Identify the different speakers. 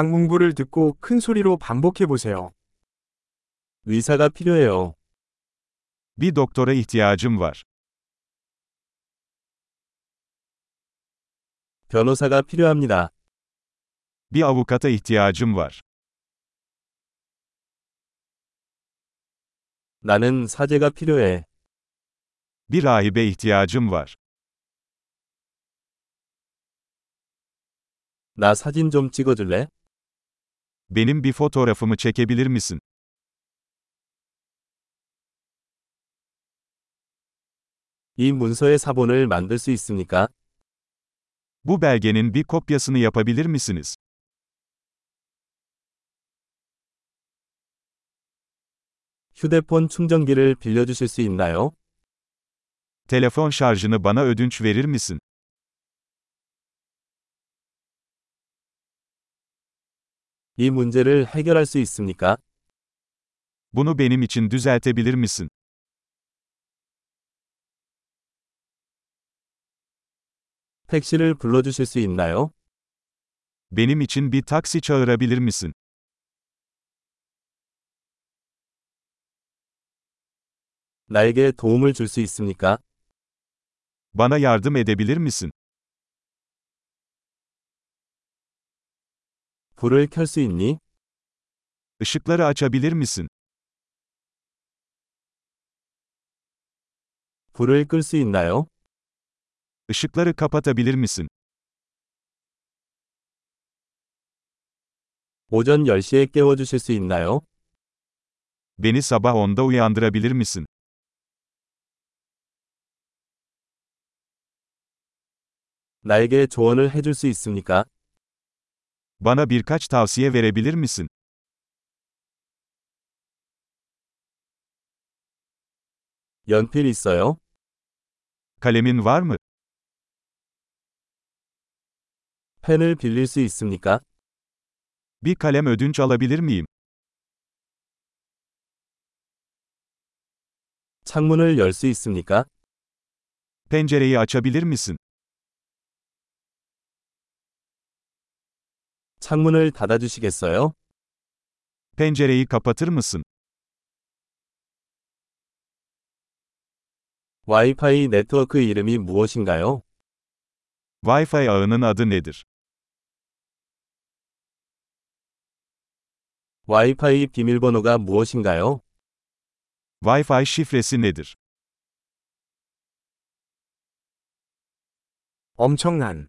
Speaker 1: 강문부를 듣고 큰 소리로 반복해 보세요.
Speaker 2: 의사가 필요해요.
Speaker 3: Bir doktora ihtiyacım var.
Speaker 2: 변호사가 필요합니다.
Speaker 3: Bir avukata ihtiyacım var.
Speaker 2: 나는 사제가 필요해.
Speaker 3: Bir rahibe ihtiyacım var.
Speaker 2: 나 사진 좀 찍어줄래?
Speaker 3: Benim bir fotoğrafımı çekebilir misin?
Speaker 2: 이 문서의 사본을 만들 수 있습니까?
Speaker 3: Bu belgenin bir kopyasını yapabilir misiniz?
Speaker 2: 휴대폰 충전기를 빌려주실 수 있나요?
Speaker 3: Telefon şarjını bana ödünç verir misin?
Speaker 2: 이 문제를 해결할 수 있습니까?
Speaker 3: Bunu benim için düzeltebilir misin?
Speaker 2: 택시를 불러주실 수 있나요?
Speaker 3: Benim için bir taksi çağırabilir misin?
Speaker 2: 나에게 도움을 줄 수 있습니까?
Speaker 3: Bana yardım edebilir misin?
Speaker 2: 불을 켤 수 있니?
Speaker 3: Işıkları açabilir misin?
Speaker 2: 불을 끌 수 있나요?
Speaker 3: Işıkları kapatabilir misin?
Speaker 2: 오전 10시에 깨워주실 수 있나요?
Speaker 3: Beni sabah 10'da uyandırabilir misin?
Speaker 2: 나에게 조언을 해줄 수 있습니까?
Speaker 3: Bana birkaç tavsiye verebilir misin?
Speaker 2: 연필 있어요?
Speaker 3: Kalemin var mı?
Speaker 2: 펜을 빌릴 수 있습니까?
Speaker 3: Bir kalem ödünç alabilir miyim?
Speaker 2: 창문을 열 수 있습니까?
Speaker 3: Pencereyi açabilir misin?
Speaker 2: 창문을 닫아주시겠어요?
Speaker 3: Pencereyi kapatır mısın?
Speaker 2: 와이파이 네트워크 이름이 무엇인가요?
Speaker 3: Wi-Fi ağının adı nedir?
Speaker 2: 와이파이 비밀번호가 무엇인가요?
Speaker 3: Wi-Fi şifresi nedir?
Speaker 1: 엄청난